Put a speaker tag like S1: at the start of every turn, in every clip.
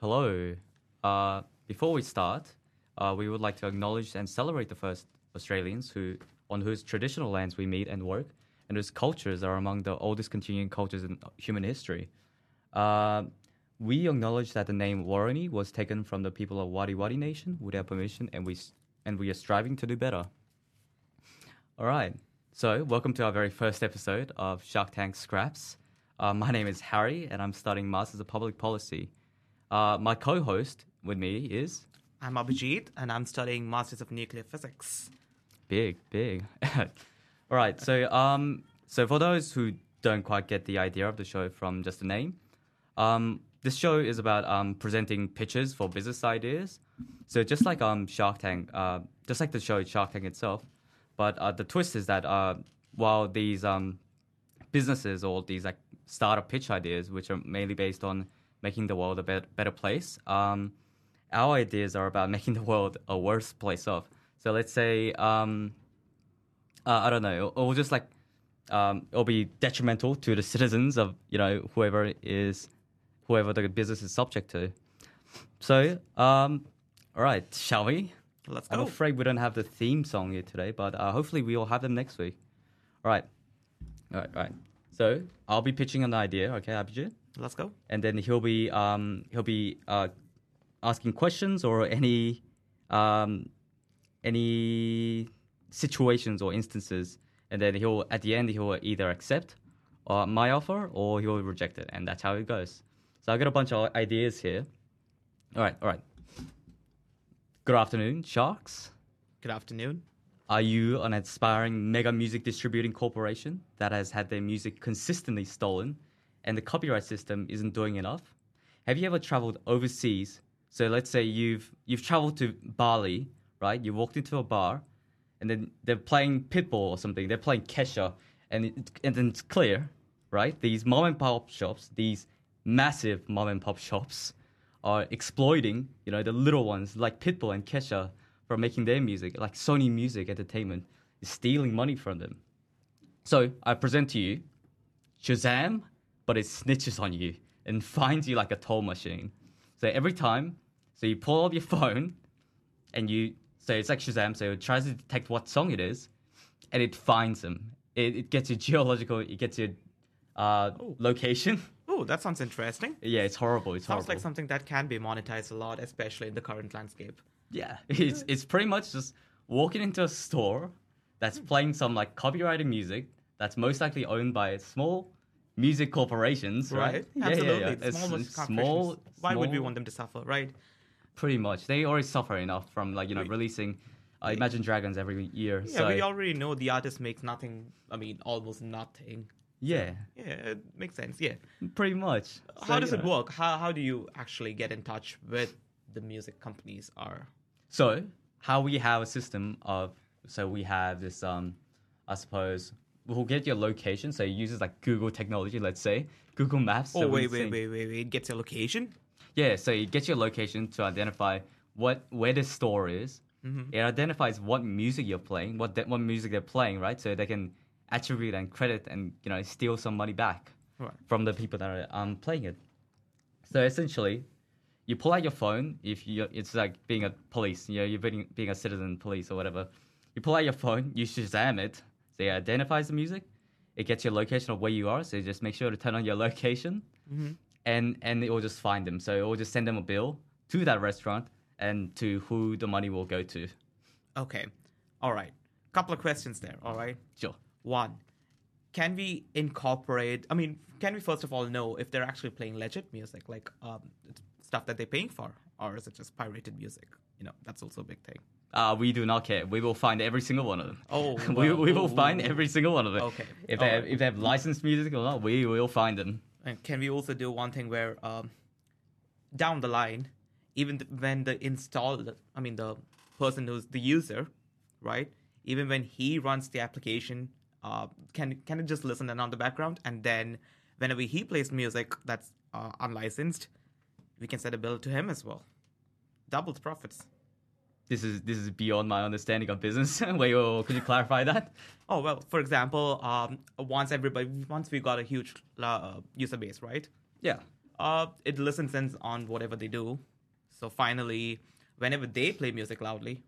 S1: Hello. Uh, before we start, uh, we would like to acknowledge and celebrate the first Australians who, on whose traditional lands we meet and work, and whose cultures are among the oldest continuing cultures in human history. Uh, we acknowledge that the name Warani was taken from the people of Wadi Wadi Nation with their permission, and we s- and we are striving to do better. All right. So, welcome to our very first episode of Shark Tank Scraps. Uh, my name is Harry, and I'm studying Masters of Public Policy. Uh, my co host with me is
S2: I'm Abhijit, and I'm studying Masters of Nuclear Physics.
S1: Big, Big. All right. So, um, so, for those who don't quite get the idea of the show from just the name, um, this show is about um, presenting pitches for business ideas. So, just like um, Shark Tank, uh, just like the show Shark Tank itself, but uh, the twist is that uh, while these um, businesses or these like startup pitch ideas, which are mainly based on making the world a bet- better place. Um, our ideas are about making the world a worse place off. So let's say, um, uh, I don't know, or just like um, it'll be detrimental to the citizens of you know whoever is whoever the business is subject to. So, um, all right, shall we?
S2: Let's
S1: I'm
S2: go.
S1: afraid we don't have the theme song here today, but uh, hopefully we will have them next week. All right. All right, all right. So I'll be pitching an idea, okay, Abhijit?
S2: Let's go.
S1: And then he'll be um, he'll be uh, asking questions or any um, any situations or instances, and then he'll at the end he'll either accept uh, my offer or he'll reject it, and that's how it goes. So I got a bunch of ideas here. All right, all right. Good afternoon, sharks.
S2: Good afternoon.
S1: Are you an aspiring mega music distributing corporation that has had their music consistently stolen and the copyright system isn't doing enough? Have you ever traveled overseas? So let's say you've you've traveled to Bali, right? You walked into a bar and then they're playing Pitbull or something. They're playing Kesha and it, and then it's clear, right? These mom and pop shops, these massive mom and pop shops are exploiting, you know, the little ones like Pitbull and Kesha for making their music, like Sony Music Entertainment is stealing money from them. So I present to you Shazam, but it snitches on you and finds you like a toll machine. So every time, so you pull up your phone and you, so it's like Shazam, so it tries to detect what song it is and it finds them. It, it gets your geological, it gets your uh, location.
S2: Oh, that sounds interesting.
S1: Yeah, it's horrible. It's
S2: Sounds
S1: horrible.
S2: like something that can be monetized a lot, especially in the current landscape.
S1: Yeah, it's it's pretty much just walking into a store that's
S2: Hmm.
S1: playing some like copyrighted music that's most likely owned by small music corporations, right? Yeah, yeah,
S2: Absolutely.
S1: yeah.
S2: The
S1: It's s-
S2: small, most
S1: small.
S2: corporations. Why would we
S1: small-
S2: want them to suffer, right?
S1: Pretty much, they already suffer enough from like you know
S2: We-
S1: releasing uh, Imagine Dragons every year.
S2: Yeah,
S1: so
S2: we already know the artist makes nothing. I mean, almost nothing.
S1: yeah,
S2: Yeah, it makes sense. Yeah.
S1: pretty much.
S2: how
S1: So,
S2: does
S1: you
S2: it
S1: know.
S2: work? How how do you actually get in touch with the music companies? Are
S1: So how we have a system of so we have this um I suppose we'll get your location. So it uses like Google technology, let's say Google Maps.
S2: oh
S1: so we
S2: wait wait
S1: sync-
S2: wait wait wait. It gets your location.
S1: Yeah, so it gets your location to identify what where the store is. It identifies what music you're playing, what de- what music they're playing, right? So they can attribute and credit and you know steal some money back
S2: Right.
S1: from the people that are um, playing it. So essentially, you pull out your phone. If you it's like being a police, you know, you're being being a citizen police or whatever. You pull out your phone, you Shazam it. So it identifies the music. It gets your location of where you are. So just make sure to turn on your location
S2: Mm-hmm.
S1: and and it will just find them. So it will just send them a bill to that restaurant and to who the money will go to.
S2: Okay. All right. Couple of questions there. All right.
S1: Sure.
S2: One, can we incorporate? I mean, can we first of all know if they're actually playing legit music, like um, stuff that they're paying for, or is it just pirated music? You know, that's also a big thing.
S1: Uh, we do not care. We will find every single one of them.
S2: Oh,
S1: we,
S2: wow.
S1: we will find
S2: Ooh.
S1: every single one of them.
S2: Okay.
S1: If they have,
S2: Alright.
S1: if they have licensed music or not, we will find them.
S2: And can we also do one thing where um, down the line, even th- when the installer, I mean, the person who's the user, right? Even when he runs the application, uh, can can it just listen in on the background, and then whenever he plays music that's uh, unlicensed, we can send a bill to him as well. Double the profits.
S1: This is this is beyond my understanding of business. Wait, whoa, whoa, could you clarify that?
S2: Oh well, for example, um, once everybody, once we got a huge uh, user base, right?
S1: Yeah.
S2: uh, it listens in on whatever they do. So finally, whenever they play music loudly,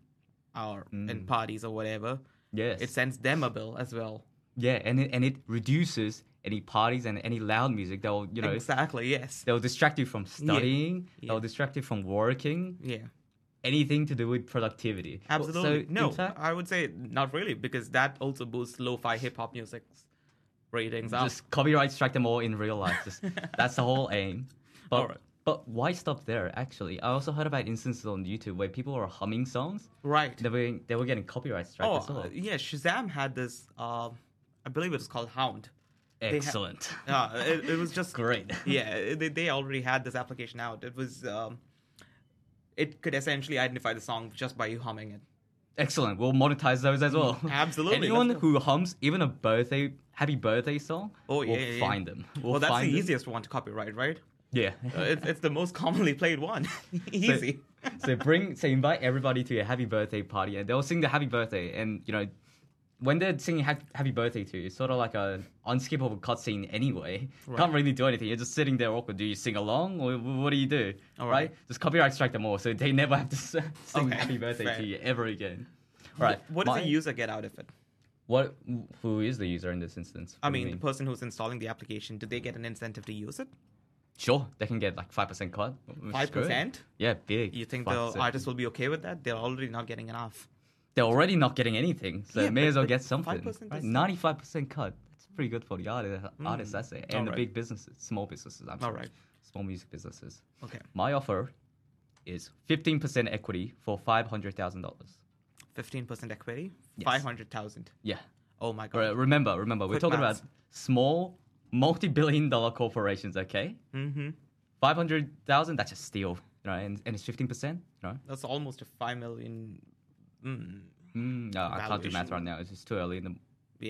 S2: or in
S1: Mm.
S2: parties or whatever,
S1: Yes.
S2: it sends them a bill as well.
S1: yeah, and it, and it reduces any parties and any loud music that will, you know,
S2: Exactly. Yes.
S1: that will distract you from studying, that will
S2: Yeah.
S1: distract you from working,
S2: Yeah.
S1: anything to do with productivity. Well, so
S2: Absolutely.
S1: in
S2: no,
S1: fact,
S2: I would say not really because that also boosts lo-fi hip hop music's ratings up.
S1: just copyright strike them all in real life. Just, that's the whole aim. But
S2: Alright.
S1: but why stop there? Actually, I also heard about instances on YouTube where people were humming songs.
S2: Right.
S1: They were they were getting copyright strike
S2: Oh,
S1: as well.
S2: uh, yeah. Shazam had this. Uh, I believe it was called Hound. ha-
S1: Excellent.
S2: Uh, it, it was just
S1: Great.
S2: yeah, they, they already had this application out. It was, um, it could essentially identify the song just by you humming it.
S1: Excellent. We'll monetize those as well.
S2: Mm, absolutely.
S1: Anyone
S2: Let's
S1: who hums even a birthday happy birthday song,
S2: Oh yeah,
S1: we'll
S2: yeah, yeah.
S1: find them. We'll
S2: well, that's
S1: find
S2: the
S1: them.
S2: easiest one to copyright, right?
S1: Yeah.
S2: Uh, it's, it's the most commonly played one. Easy.
S1: so bring so invite everybody to your happy birthday party and they'll sing the happy birthday and you know when they're singing ha- happy birthday to you, it's sort of like a unskippable cutscene anyway. Can't really do anything. You're just sitting there awkward. Do you sing along or wh- what do you do?
S2: All
S1: right.
S2: right.
S1: Just copyright strike them all so they never have to s- sing
S2: Okay,
S1: happy birthday
S2: fair.
S1: to you ever again. All right.
S2: What does
S1: my-
S2: the user get out of it?
S1: What? Who is the user in this instance?
S2: I
S1: What do you
S2: mean, the person who's installing the application, do they get an incentive to use it?
S1: sure, they can get like five percent cut. which is
S2: Five
S1: good.
S2: percent.
S1: Yeah, big.
S2: You think the
S1: 5%.
S2: artists will be okay with that? They're already not getting enough.
S1: They're already not getting anything, so
S2: Yeah,
S1: may
S2: but-
S1: as well
S2: but
S1: get something.
S2: 5% is- Mm.
S1: Ninety-five percent cut. That's pretty good for the artist, artists, I say, and the
S2: Alright.
S1: big businesses, small businesses. I'm sorry,
S2: Alright.
S1: small music businesses.
S2: Okay,
S1: My offer is fifteen percent equity for five hundred thousand dollars.
S2: fifteen percent equity,
S1: Yes.
S2: five hundred thousand.
S1: Yeah.
S2: Oh my god.
S1: All right, remember, remember, we're
S2: Quick
S1: talking
S2: maths.
S1: about small, multi-billion-dollar corporations. Okay.
S2: Mm-hmm.
S1: Five hundred thousand. That's a steal, you know, and, and it's fifteen percent, you know.
S2: That's almost a five million. Mm,
S1: Mm, no, I can't do math
S2: Valuation.
S1: right now. It's just too early in the.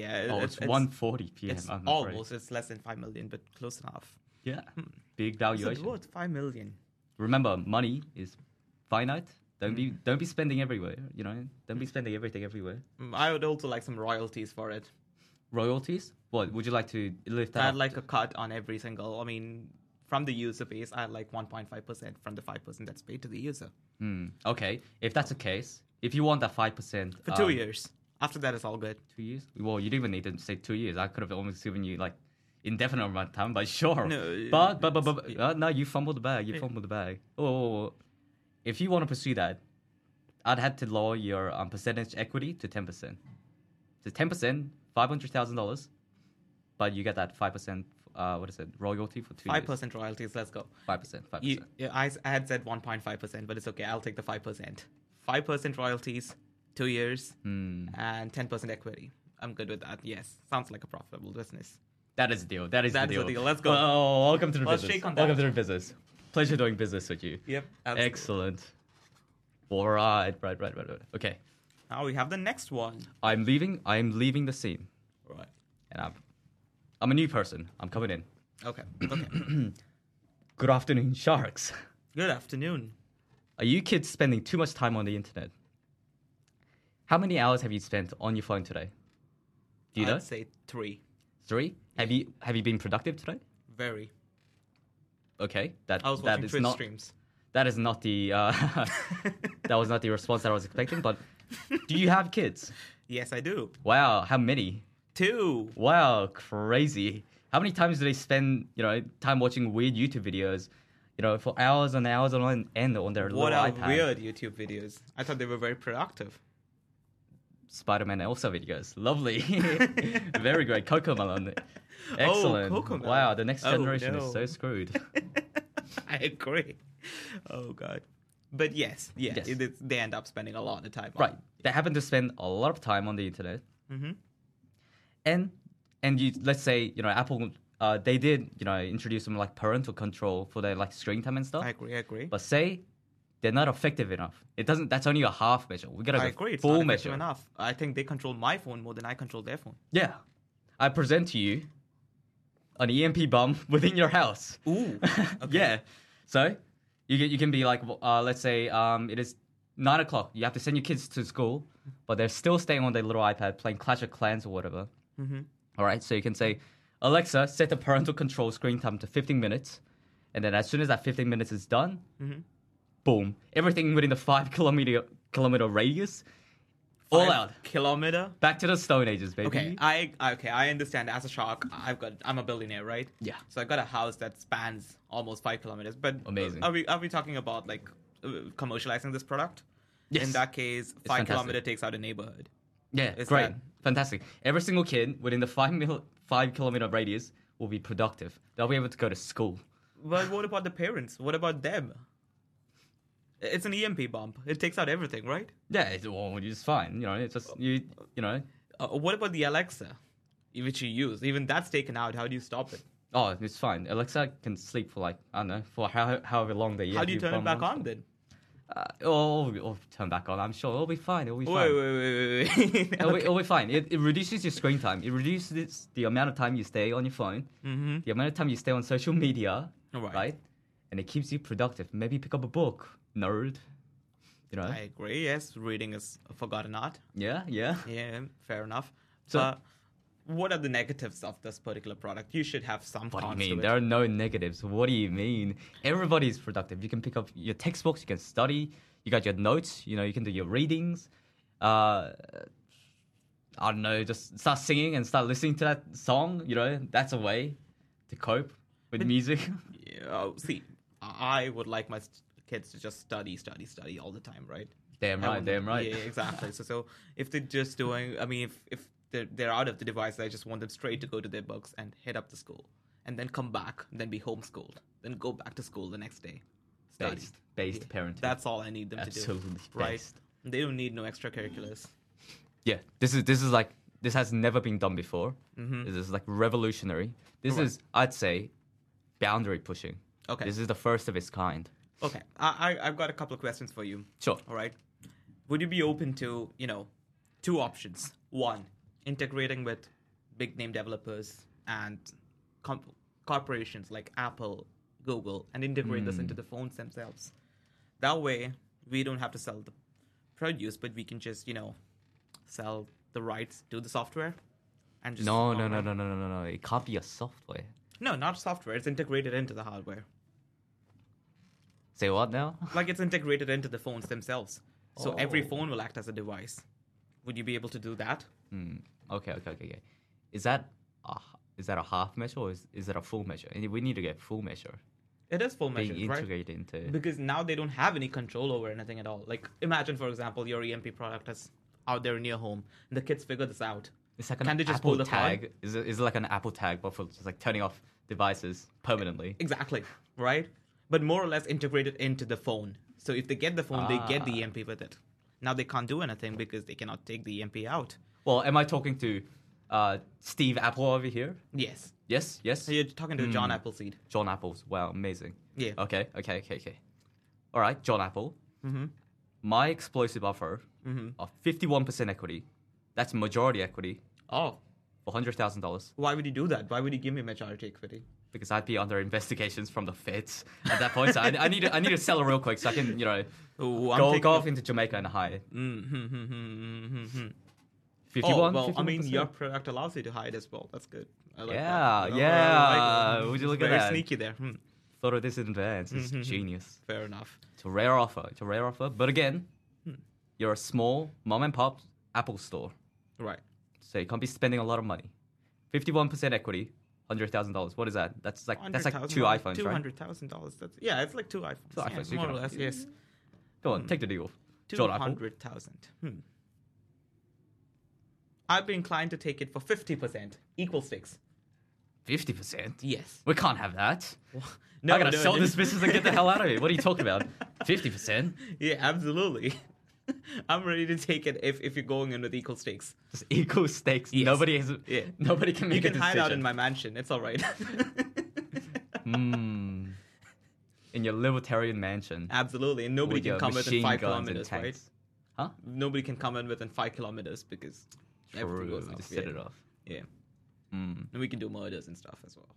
S2: yeah, it-
S1: Oh, it's, one forty p.m.
S2: It's
S1: I'm afraid.
S2: almost. Hmm. It's less than five million, but close enough.
S1: Yeah, big
S2: Is it
S1: valuation.
S2: worth five million?
S1: Remember, money is finite. Don't be
S2: Hmm.
S1: don't be spending everywhere. You know, don't be spending everything everywhere.
S2: Mm, I would also like some royalties for it.
S1: Royalties. What would you like to lift that?
S2: I'd
S1: up?
S2: like a cut on every single. I mean, from the user base, I'd like one point five percent from the five percent that's paid to the user
S1: Hmm, okay, if that's the case, if you want that five percent
S2: for two years. After that, it's all good.
S1: Um, Two years. Well, you didn't even need to say two years. I could have almost given you like indefinite amount of time, but sure.
S2: No,
S1: but but but, but,
S2: it's-
S1: uh, no, you fumbled the bag. You fumbled the bag. Oh, oh, oh. if you want to pursue that, I'd have to lower your um, percentage equity to ten percent. So ten percent, five hundred thousand dollars, but you get that five percent. Uh, what is it? Royalty for two
S2: Five
S1: years.
S2: percent royalties. Let's go.
S1: Five percent. Five
S2: You,
S1: percent.
S2: yeah, I, s- I had said one point five percent, but it's okay. I'll take the five percent. Five percent royalties, two years,
S1: Hmm, Mm.
S2: and ten percent equity. I'm good with that. Yes, sounds like a profitable business.
S1: That is the deal. That is
S2: That
S1: the
S2: is
S1: deal.
S2: the deal. Let's go.
S1: Oh, welcome to the
S2: Let's
S1: business.
S2: shake on
S1: welcome
S2: that.
S1: to the business. Pleasure doing business with you.
S2: Yep.
S1: Excellent. All right, right, right, right, right. Okay,
S2: Now we have the next one.
S1: I'm leaving. I'm leaving the scene,
S2: Right.
S1: and I'm, I'm a new person. I'm coming in.
S2: Okay. Okay.
S1: Good afternoon, sharks.
S2: Good afternoon.
S1: Are you kids spending too much time on the internet? How many hours have you spent on your phone today? Do you
S2: I'd
S1: know?
S2: say three.
S1: Three. Have you have you been productive today?
S2: Very.
S1: Okay, that
S2: I was
S1: that
S2: watching
S1: is
S2: Twitch
S1: not
S2: streams.
S1: that is not the uh, that was not the response that I was expecting. But do you have kids?
S2: Yes, I do.
S1: Wow, how many?
S2: Two.
S1: Wow, crazy. How many times do they spend, you know, time watching weird YouTube videos, you know, for hours and hours on end on their
S2: What
S1: little
S2: are
S1: iPad?
S2: weird YouTube videos? I thought they were very productive.
S1: Spider-Man Elsa videos. Lovely. Very great. Coco Melon. Excellent.
S2: Cocomelon.
S1: Wow, the next
S2: Oh,
S1: generation
S2: no.
S1: is so screwed.
S2: I agree. Oh god. But yes, yeah,
S1: Yes.
S2: it- it's- they end up spending a lot of time.
S1: right.
S2: On.
S1: They happen to spend a lot of time on the internet.
S2: Mm-hmm.
S1: and and you let's say you know Apple uh, they did you know introduce some like parental control for their like screen time and stuff.
S2: I agree. I agree.
S1: But say they're not effective enough. It doesn't. That's only a half measure. We gotta
S2: I
S1: go
S2: agree. It's
S1: full
S2: not
S1: measure.
S2: measure. enough. I think they control my phone more than I control their phone.
S1: Yeah, I present to you an E EMP bomb within your house.
S2: Ooh.
S1: yeah. So you can, you can be like, uh, let's say um, it is nine o'clock. You have to send your kids to school, but they're still staying on their little iPad playing Clash of Clans or whatever.
S2: Mm-hmm.
S1: All right. So you can say, Alexa, set the parental control screen time to 15 minutes. And then as soon as that 15 minutes is done,
S2: Mm-hmm.
S1: boom, everything within the five kilometer kilometer radius, all
S2: Five
S1: out.
S2: Kilometer.
S1: Back to the Stone Ages, baby.
S2: Okay, I okay, I understand. As a shark, I've got I'm a billionaire, right?
S1: Yeah.
S2: So I've got a house that spans almost five kilometers. But
S1: Amazing.
S2: Are we are we talking about like uh, commercializing this product?
S1: Yes.
S2: In that case, five
S1: fantastic.
S2: kilometer takes out a neighborhood.
S1: Yeah,
S2: It's
S1: great,
S2: that-
S1: fantastic. Every single kid within the five mil, five kilometer radius will be productive. They'll be able to go to school.
S2: But what about the parents? What about them? It's an EMP bump. It takes out everything, right?
S1: Yeah, it's, well, it's fine. You know, it's just you. You know,
S2: Uh, what about the Alexa, which you use? Even that's taken out. How do you stop it?
S1: oh, it's fine. Alexa can sleep for like I don't know for how, however long they.
S2: How do you turn it back on then?
S1: Uh, oh, it'll- it'll turn back on. I'm sure it'll be fine. It'll be fine. Oh,
S2: Wait, wait, wait, wait, wait.
S1: It'll, be, it'll be fine. It, it reduces your screen time. It reduces the amount of time you stay on your phone,
S2: mm-hmm.
S1: the amount of time you stay on social media,
S2: Right.
S1: And it keeps you productive. Maybe pick up a book, nerd. You know?
S2: I agree. Yes, reading is a forgotten art.
S1: Yeah, yeah.
S2: Yeah, fair enough.
S1: So-
S2: So, what are the negatives of this particular product? You should have some
S1: What do you
S2: cons
S1: mean?
S2: to
S1: There
S2: it.
S1: are no negatives. What do you mean? Everybody's productive. You can pick up your textbooks, you can study, you got your notes, you know, you can do your readings. Uh, I don't know, just start singing and start listening to that song, you know, that's a way to cope with music.
S2: Yeah, oh, see, I I would like my st- kids to just study, study, study all the time, right?
S1: damn
S2: I
S1: right,
S2: wouldn't-
S1: damn right.
S2: Yeah, exactly. so, so if they're just doing, I mean, if if they're, they're out of the device, I just want them straight to go to their books and hit up the school, and then come back, then be homeschooled, then go back to school the next day. Study.
S1: Based, based parenting.
S2: That's all I need them to
S1: Absolutely
S2: do. Right?
S1: based.
S2: They don't need no extracurriculars.
S1: yeah, this is this is like this has never been done before. This is like revolutionary. This
S2: Mm-hmm. Right.
S1: is, I'd say, boundary pushing.
S2: Okay.
S1: This is the first of its kind.
S2: Okay, I, I I've got a couple of questions for you.
S1: Sure.
S2: All right, would you be open to you know two options? One, integrating with big name developers and com- corporations like Apple, Google, and integrate this
S1: Hmm.
S2: into the phones themselves. That way, we don't have to sell the produce, but we can just you know sell the rights to the software. And just
S1: No, no, no, no, no, no, no, no. It can't be a software.
S2: no, not software. It's integrated into the hardware.
S1: Say what now?
S2: like it's integrated into the phones themselves. So every
S1: Oh.
S2: phone will act as a device. Would you be able to do that?
S1: Hmm. Okay, okay, okay, okay. Is that a, h- is that a half measure or is, is that a full measure? And We need to get full measure
S2: It is full
S1: being
S2: measure, right?
S1: integrated into.
S2: Because now they don't have any control over anything at all. Like imagine, for example, your EMP product is out there in your home, and the kids figure this out.
S1: It's like an
S2: Can they just
S1: Apple
S2: pull the card?
S1: tag. Is it, is it like an Apple tag, but for just like turning off devices permanently?
S2: Exactly, right? But more or less integrated into the phone. So if they get the phone, they get the
S1: Ah.
S2: EMP with it. Now they can't do anything because they cannot take the EMP out.
S1: Well, am I talking to uh, Steve Apple over here?
S2: Yes.
S1: Yes, yes.
S2: So you're talking to John
S1: Hmm. Oh.
S2: Appleseed.
S1: John Apple's. Wow, amazing.
S2: Yeah.
S1: Okay, okay, okay, okay. All right, John Apple.
S2: Mm-hmm.
S1: My explosive offer
S2: Mhm.
S1: of 51% equity. That's majority equity
S2: Oh,
S1: for $100,000
S2: why would you do that? Why would you give me majority equity?
S1: because I'd be under investigations from the feds at that point. so I, I, need to, I need to sell it real quick so I can, you know,
S2: Ooh, I'm
S1: go,
S2: taking
S1: go
S2: a-
S1: off into Jamaica and hide.
S2: Mm, hmm, hmm, hmm, hmm, hmm, hmm.
S1: 51,
S2: Oh, well, I mean,
S1: 51%.
S2: your product allows you to hide as well. That's good. I like
S1: Yeah,
S2: that.
S1: yeah.
S2: I it.
S1: Would you
S2: It's
S1: look at
S2: very
S1: that?
S2: sneaky there. Hmm,
S1: Thought of this in advance. It's
S2: Mm-hmm.
S1: genius.
S2: fair enough.
S1: It's a rare offer. It's a rare offer. But again,
S2: Hmm.
S1: you're a small mom and pop Apple store.
S2: Right.
S1: So you can't be spending a lot of money. Fifty-one percent equity, hundred thousand dollars. What is that? That's like that's like two iPhones,
S2: Two
S1: right?
S2: hundred thousand dollars. That's yeah. It's like two iPhones.
S1: Two
S2: yeah,
S1: iPhones, you
S2: more or
S1: can-
S2: less. Yes.
S1: Go on, take the deal.
S2: Two
S1: John Apple.
S2: hundred thousand. Hmm. I'd be inclined to take it for fifty percent, equal stakes.
S1: Fifty percent.
S2: Yes.
S1: We can't have that.
S2: No,
S1: I gotta
S2: no,
S1: sell
S2: no.
S1: this business and get the hell out of here. What are you talking about? Fifty percent.
S2: Yeah, absolutely. I'm ready to take it if, if you're going in with equal stakes.
S1: Just equal stakes. Nobody has.
S2: Yeah.
S1: Nobody can
S2: You
S1: make
S2: can
S1: a
S2: hide out in
S1: decision.
S2: my mansion. It's all right.
S1: Hmm. Ah. in your libertarian mansion.
S2: Absolutely, and nobody
S1: with
S2: can
S1: your
S2: come within
S1: machine
S2: five
S1: guns and
S2: kilometers, right?
S1: tanks. Huh?
S2: Nobody can come in within five kilometers because everything
S1: True.
S2: goes off.
S1: Just
S2: yeah.
S1: set it off.
S2: Yeah,
S1: Mm.
S2: and we can do murders and stuff as well.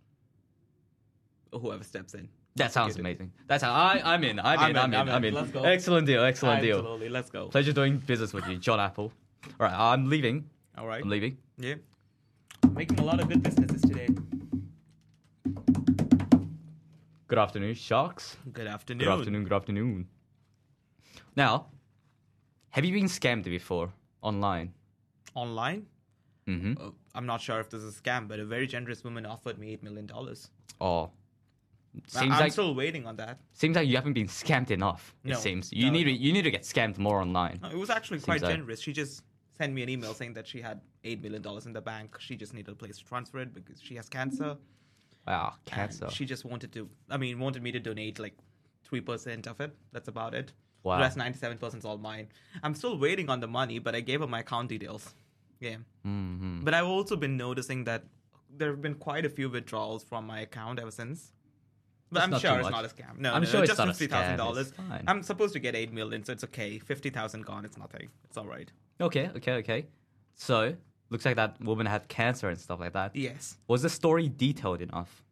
S2: Or whoever steps in.
S1: That sounds
S2: Executed.
S1: amazing. That's how I, I'm in. I'm, in. I'm in. I'm in.
S2: Let's go.
S1: Excellent deal. Excellent deal.
S2: Absolutely, let's go.
S1: Pleasure doing business with you, John Apple. All right, I'm leaving.
S2: All right.
S1: I'm leaving.
S2: Yeah. Making a lot of good businesses today.
S1: Good afternoon, sharks.
S2: Good afternoon.
S1: Good afternoon. Good afternoon. Now, have you been scammed before online?
S2: Online?
S1: Mm-hmm.
S2: Uh, I'm not sure if this is a scam, but a very generous woman offered me $8 million.
S1: Oh,
S2: I-
S1: seems
S2: I'm
S1: like
S2: still waiting on that.
S1: seems like you haven't been scammed enough.
S2: No,
S1: it seems you
S2: no,
S1: need
S2: no.
S1: to you need to get scammed more online.
S2: No, it was actually quite
S1: like-
S2: generous. She just sent me an email saying that she had $8 million in the bank. She just needed a place to transfer it because she has cancer.
S1: Wow,
S2: and
S1: Ah, cancer.
S2: She just wanted to, I mean, wanted me to donate like 3% of it. That's about it.
S1: Wow.
S2: The rest 97% is all mine. I'm still waiting on the money, but I gave her my account details. Yeah.
S1: Mm-hmm.
S2: But I've also been noticing that there have been quite a few withdrawals from my account ever since. But
S1: It's
S2: I'm
S1: not
S2: sure
S1: too
S2: it's
S1: much.
S2: not a scam. No,
S1: I'm
S2: no,
S1: sure it's
S2: just
S1: not a
S2: fifty thousand
S1: scam. It's
S2: dollars.
S1: fine.
S2: I'm supposed to get eight million, so it's okay. Fifty thousand gone, it's nothing. It's all right.
S1: Okay, okay, okay. So looks like that woman had cancer and stuff like that.
S2: Yes.
S1: Was the story detailed enough?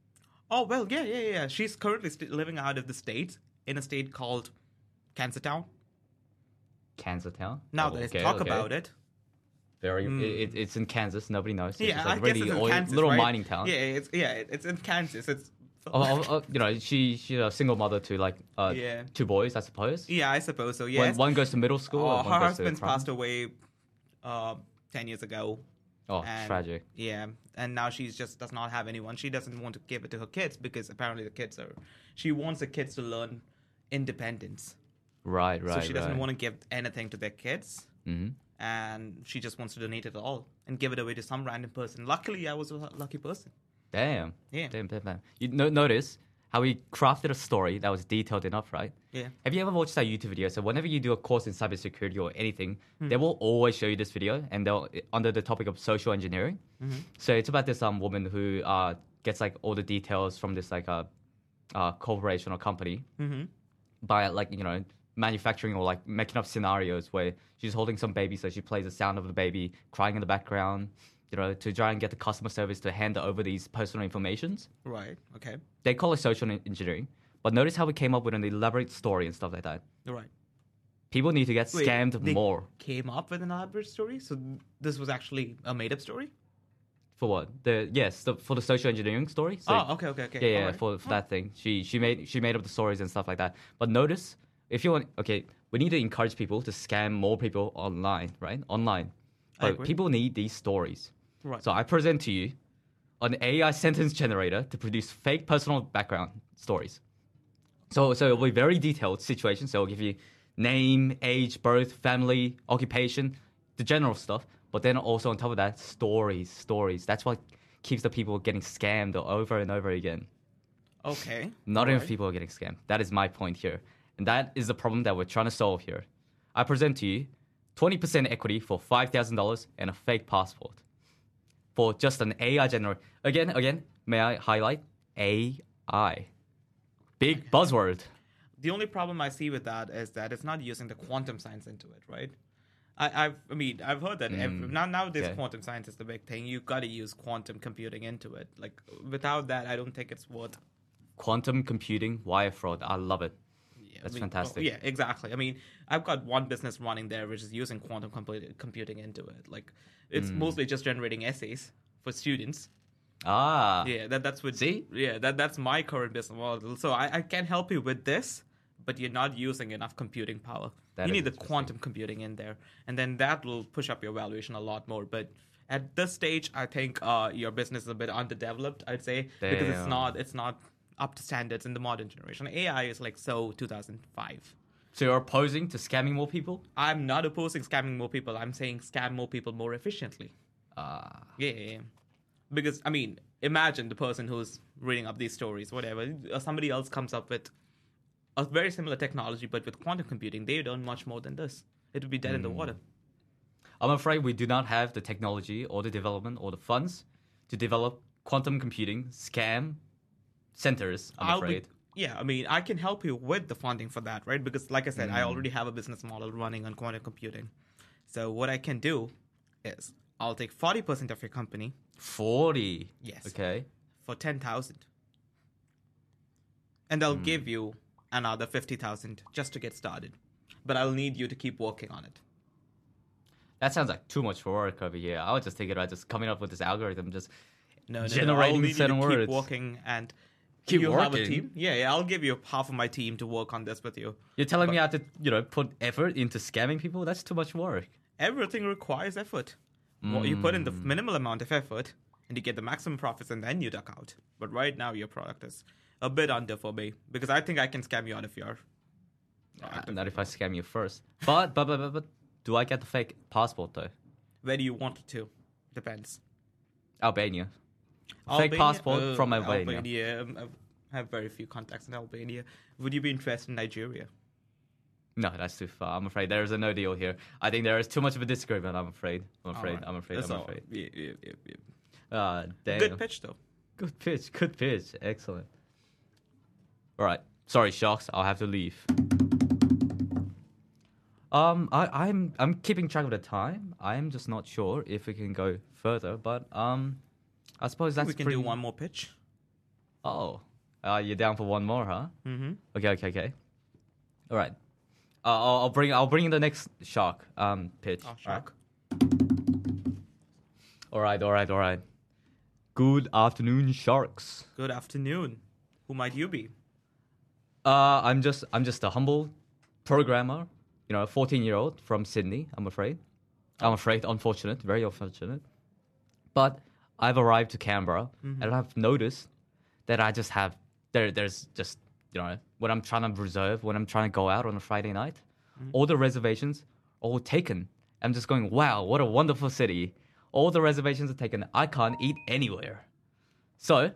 S2: Oh well, yeah, yeah, yeah. She's currently st- living out of the states in a state called Cancer Town.
S1: Cancer town.
S2: Now
S1: Oh,
S2: that
S1: okay,
S2: I talk
S1: okay.
S2: about it, Hmm.
S1: very. It, it's in Kansas. Nobody knows. It's
S2: yeah,
S1: just like
S2: I guess
S1: really
S2: it's in
S1: oil-
S2: Kansas,
S1: little
S2: right?
S1: mining town.
S2: Yeah, it's yeah, it's in Kansas. It's
S1: Oh, oh, oh, you know, she she's a single mother to like uh,
S2: Yeah.
S1: two boys, I suppose.
S2: yeah, I suppose so.
S1: One-
S2: Yes.
S1: One, goes to middle school.
S2: Oh,
S1: and one
S2: her
S1: goes to
S2: husband's
S1: primary.
S2: passed away uh, 10 years ago.
S1: Oh,
S2: and-
S1: tragic.
S2: Yeah. And now she's just does not have anyone. She doesn't want to give it to her kids because apparently the kids are. She wants the kids to learn independence.
S1: Right, right.
S2: so she doesn't want to give anything to their kids.
S1: hmm
S2: And she just wants to donate it all and give it away to some random person. Luckily, I was a lucky person.
S1: Damn.
S2: Yeah.
S1: Damn, damn, damn. You no- notice how we crafted a story that was detailed enough, right?
S2: Yeah.
S1: Have you ever watched that YouTube video? So whenever you do a course in cybersecurity or anything,
S2: Hmm.
S1: they will always show you this video, and they'll under the topic of social engineering.
S2: Mm-hmm.
S1: So it's about this um woman who uh gets like all the details from this like uh, uh corporation or company
S2: Mm-hmm.
S1: by like you know manufacturing or like making up scenarios where she's holding some baby so she plays the sound of the baby crying in the background you know to try and get the customer service to hand over these personal informations
S2: Right. Okay.
S1: they call it social en- engineering but notice how we came up with an elaborate story and stuff like that
S2: Right.
S1: people need to get
S2: Wait,
S1: scammed
S2: they
S1: more
S2: Came up with an elaborate story. So this was actually a made up story?
S1: for what the yes the, for the social engineering story so
S2: oh, okay, okay, okay.
S1: yeah, yeah
S2: Alright.
S1: for, for that
S2: Uh-huh.
S1: thing she she made she made up the stories and stuff like that but notice if you want okay we need to encourage people to scam more people online right online
S2: I
S1: but
S2: agree.
S1: people need these stories
S2: Right.
S1: so i present to you an ai sentence generator to produce fake personal background stories so so it'll be very detailed situation so it'll give you name age birth family occupation the general stuff but then also on top of that stories stories that's what keeps the people getting scammed over and over again
S2: Okay.
S1: not enough
S2: Alright.
S1: people are getting scammed. That is my point here. And that is the problem that we're trying to solve here. I present to you 20% equity for $5,000 and a fake passport for just an AI generator. Again, again, may I highlight AI? Big buzzword.
S2: The only problem I see with that is that it's not using the quantum science into it, right? I, I've, I mean, I've heard that ev- now nowadays
S1: Mm, okay.
S2: quantum science is the big thing. You've got to use quantum computing into it. Like without that, I don't think it's worth.
S1: Quantum computing, wire fraud. I love it.
S2: Yeah,
S1: That's
S2: I mean,
S1: fantastic.
S2: oh, yeah, exactly. I mean, I've got one business running there which is using quantum compu- computing into it. Like
S1: Mm.
S2: it's mostly just generating essays for students.
S1: Ah,
S2: Yeah, that, that's what.
S1: See?
S2: Yeah, that that's my current business model. So I, I can help you with this, but you're not using enough computing power.
S1: That
S2: you
S1: is
S2: need the
S1: interesting.
S2: quantum computing in there, and then that will push up your valuation a lot more. But at this stage, I think uh, your business is a bit underdeveloped. I'd say because it's
S1: Damn.
S2: not it's not up to standards in the modern generation. AI is like so 2005.
S1: so you're opposing to scamming more people?
S2: I'm not opposing scamming more people. I'm saying scam more people more efficiently.
S1: Ah,
S2: Yeah, yeah, yeah. Because I mean, imagine the person who's reading up these stories, whatever. uh, Somebody else comes up with a very similar technology, but with quantum computing, they'd earn much more than this. It would be dead in
S1: Hmm,
S2: the water.
S1: I'm afraid we do not have the technology or the development or the funds to develop quantum computing scam centers. I'm
S2: I'll be-
S1: afraid.
S2: yeah, I mean, I can help you with the funding for that, right? Because, like I said,
S1: Hmm.
S2: I already have a business model running on quantum computing. So what I can do is I'll take forty percent of your company
S1: 40.
S2: Yes.
S1: Okay.
S2: for ten thousand, and
S1: Hmm.
S2: I'll give you another fifty thousand just to get started. But I'll need you to keep working on it.
S1: That sounds like too much work over here. I would just think about just coming up with this algorithm. Just
S2: No, no, no, I'll
S1: Generating
S2: need you to
S1: certain words.
S2: Keep working, and
S1: Keep
S2: you have a
S1: working.
S2: team. Yeah, yeah, I'll give you half of my team to work on this with you.
S1: You're telling me I have to, you know, put effort into scamming people? That's too much work.
S2: Everything requires effort. Well, you put in
S1: Hmm.
S2: the minimal amount of effort, and you get the maximum profits, and then you duck out. But right now, your product is a bit under for me because I think I can scam you out of your.
S1: Uh, not if I scam you first. But, but, but, but, but, do I get the fake passport though?
S2: Where do you want it to? Depends.
S1: Albania.
S2: Albania-
S1: fake passport
S2: uh,
S1: from Albania.
S2: Albania. um, I have very few contacts in Albania. Would you be interested in Nigeria?
S1: No, that's too far. I'm afraid there is a no deal here. I think there is too much of a disagreement. I'm afraid. I'm afraid.
S2: Alright.
S1: I'm afraid.
S2: That's
S1: I'm
S2: all.
S1: afraid.
S2: Yeah, yeah, yeah, yeah.
S1: Ah, damn.
S2: Good pitch though.
S1: Good pitch. Good pitch. Excellent. All right. Sorry, sharks. I'll have to leave. Um, I, I'm I'm keeping track of the time. I'm just not sure if we can go further, but um, I suppose that's
S2: we can do
S1: pretty-
S2: one more pitch.
S1: Oh, uh, you're down for one more, huh?
S2: Mm-hmm.
S1: Okay, okay, okay. All right. Uh, I'll, I'll bring I'll bring in the next shark um pitch.
S2: Oh,
S1: All right?
S2: shark.
S1: All right, all right, all right. Good afternoon, sharks.
S2: Good afternoon. Who might you be?
S1: Uh, I'm just I'm just a humble programmer, you know, a 14 year old from Sydney. I'm afraid, I'm afraid, unfortunate, very unfortunate. But I've arrived to Canberra, and I've noticed that I just have there. There's just you know when I'm trying to reserve, when I'm trying to go out on a Friday night, all the reservations are all taken. I'm just going, wow, what a wonderful city. All the reservations are taken. I can't eat anywhere. So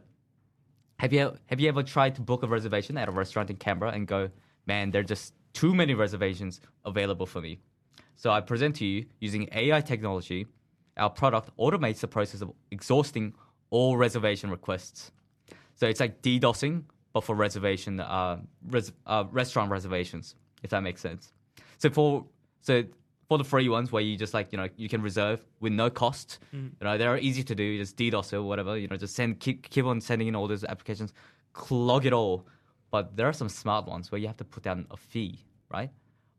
S1: have you have you ever tried to book a reservation at a restaurant in Canberra and go, man, there are just too many reservations available for me? So I present to you using AI technology, our product automates the process of exhausting all reservation requests. So it's like DDoSing, but for reservation uh, res- uh, restaurant reservations, if that makes sense. So for so for the free ones where you just like you know you can reserve with no cost, you know they're easy to do. You just DDoS or whatever, you know, just send keep keep on sending in all those applications, clog it all. But there are some smart ones where you have to put down a fee, right?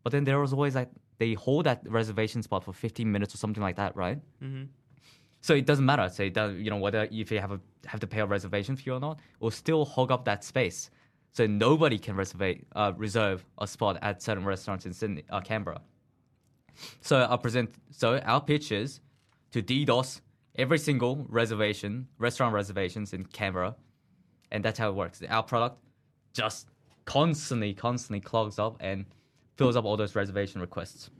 S1: But then there was always like they hold that reservation spot for 15 minutes or something like that, right? So it doesn't matter. So it does, you know whether if you have a, have to pay a reservation fee or not, will still hog up that space. So nobody can reserve uh, reserve a spot at certain restaurants in Sydney, uh, Canberra. So I present. So our pitch is to DDoS every single reservation, restaurant reservations in Canberra, and that's how it works. Our product just constantly, constantly clogs up and fills up all those reservation requests.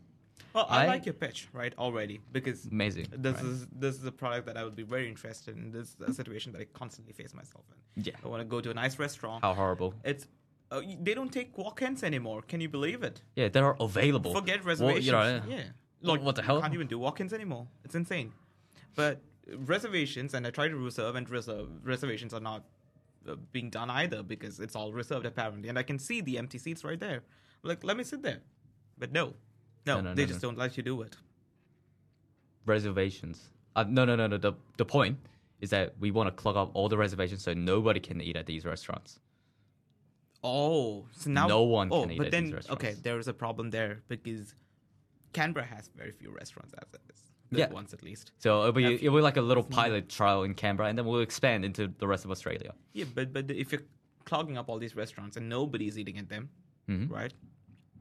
S2: Well, Oh, I,
S1: I-
S2: like your pitch right already because
S1: Amazing.
S2: this
S1: right?
S2: is this is a product that I would be very interested in. This is a situation that I constantly face myself in.
S1: Yeah.
S2: I want to go to a nice restaurant.
S1: how horrible.
S2: It's uh, y- they don't take walk-ins anymore. Can you believe it?
S1: Yeah, they are available.
S2: Forget
S1: Well,
S2: reservations.
S1: you know,
S2: yeah.
S1: Like, what the hell?
S2: You can't even do walk-ins anymore. It's insane. But uh, reservations, and I try to reserve, and reserve reservations are not uh, being done either because it's all reserved apparently. And I can see the empty seats right there. Like, let me sit there. But no, no,
S1: No, no,
S2: they
S1: no,
S2: just don't let you do it.
S1: reservations. Uh, no, no, no, no. The, the point is that we want to clog up all the reservations so nobody can eat at these restaurants.
S2: Oh, so now
S1: No one
S2: Oh,
S1: can eat
S2: but
S1: at
S2: then
S1: these restaurants.
S2: okay, there is a problem there because Canberra has very few restaurants as it is. The
S1: Yeah.
S2: ones at least.
S1: So it'll be, it'll be like a little pilot trial in Canberra, and then we'll expand into the rest of Australia.
S2: Yeah, but but if you're clogging up all these restaurants and nobody's eating at them,
S1: Mm-hmm.
S2: right?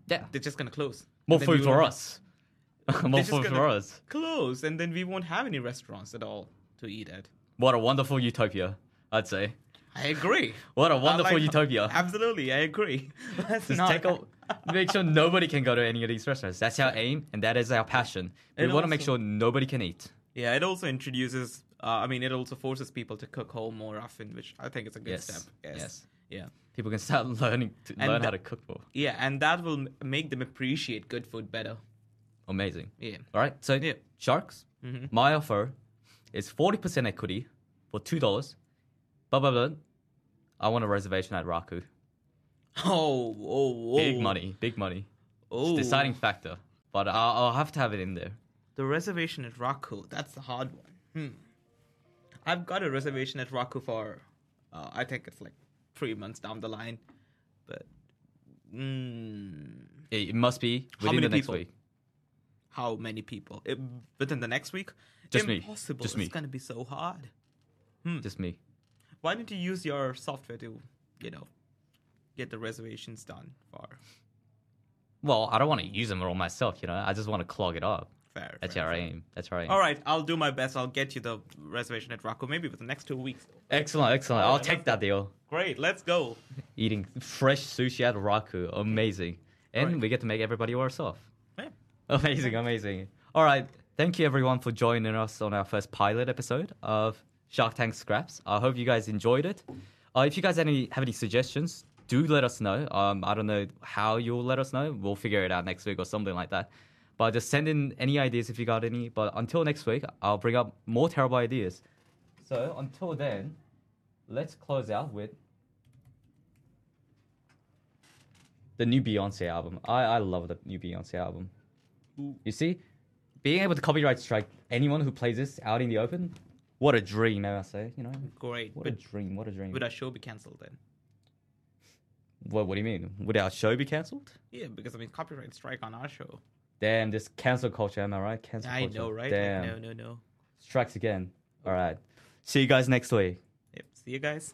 S1: Yeah.
S2: They're just gonna close.
S1: More
S2: And then
S1: food
S2: we
S1: for
S2: won't-
S1: us. More
S2: They're just
S1: food for
S2: gonna
S1: us.
S2: Close, and then we won't have any restaurants at all to eat at.
S1: What a wonderful utopia, I'd say.
S2: I agree.
S1: What a
S2: I
S1: wonderful
S2: like-
S1: utopia.
S2: Absolutely, I agree. Let's
S1: Just
S2: not-
S1: take a, make sure nobody can go to any of these restaurants. That's our aim, and that is our passion. We
S2: And
S1: want to make
S2: also-
S1: sure nobody can eat.
S2: Yeah, it also introduces. Uh, I mean, it also forces people to cook home more often, which I think is a good
S1: Yes.
S2: step.
S1: Yes.
S2: Yeah.
S1: People can start learning to
S2: And
S1: learn how
S2: the-
S1: to cook more.
S2: Yeah, and that will m- make them appreciate good food better.
S1: Amazing.
S2: Yeah.
S1: All right. So
S2: Yeah.
S1: sharks.
S2: Mm-hmm.
S1: My offer is forty percent equity for two dollars. Blah blah blah. I want a reservation at Raku.
S2: Oh, oh, oh.
S1: Big money. Big money. It's
S2: Oh,
S1: a deciding factor. But I'll, I'll have to have it in there.
S2: The reservation at Raku. That's the hard one. Hmm. I've got a reservation at Raku for, uh, I think it's like three months down the line, but mm,
S1: It, it must be
S2: How
S1: within
S2: many
S1: the next
S2: people?
S1: week.
S2: how many people? It, within the next week?
S1: Just me.
S2: Impossible.
S1: Just
S2: it's
S1: me.
S2: gonna be so hard.
S1: Just me.
S2: Why don't you use your software to you know, get the reservations done for.
S1: Well, I don't want to use them all myself, you know. I just want to clog it up.
S2: Fair.
S1: That's
S2: fair,
S1: our
S2: fair.
S1: aim. That's our aim.
S2: All right, I'll do my best. I'll get you the reservation at Rocco maybe for the next two weeks.
S1: Excellent, excellent. I'll take that deal.
S2: Great, let's go.
S1: Eating fresh sushi at Raku. Amazing. And
S2: Right.
S1: we get to make everybody worse off.
S2: Yeah.
S1: Amazing, amazing. All right. Thank you, everyone, for joining us on our first pilot episode of Shark Tank Scraps. I hope you guys enjoyed it. Uh, if you guys any, have any suggestions, do let us know. Um, I don't know how you'll let us know. We'll figure it out next week or something like that. But just send in any ideas if you got any. But until next week, I'll bring up more terrible ideas. So until then, let's close out with the new Beyonce album. I, I love the new Beyonce album.
S2: Ooh.
S1: You see, being able to copyright strike anyone who plays this out in the open, what a dream, may I say. You know,
S2: Great.
S1: what a
S2: but
S1: dream, what a dream.
S2: would our show be cancelled then?
S1: what, what do you mean? Would our show be cancelled?
S2: Yeah, because I mean, copyright strike on our show.
S1: Damn, this cancel culture, am I right? Cancel
S2: I
S1: culture.
S2: know, right?
S1: Damn.
S2: Like, no, no, no.
S1: Strikes again. All right. See you guys next week.
S2: Yep. See you guys.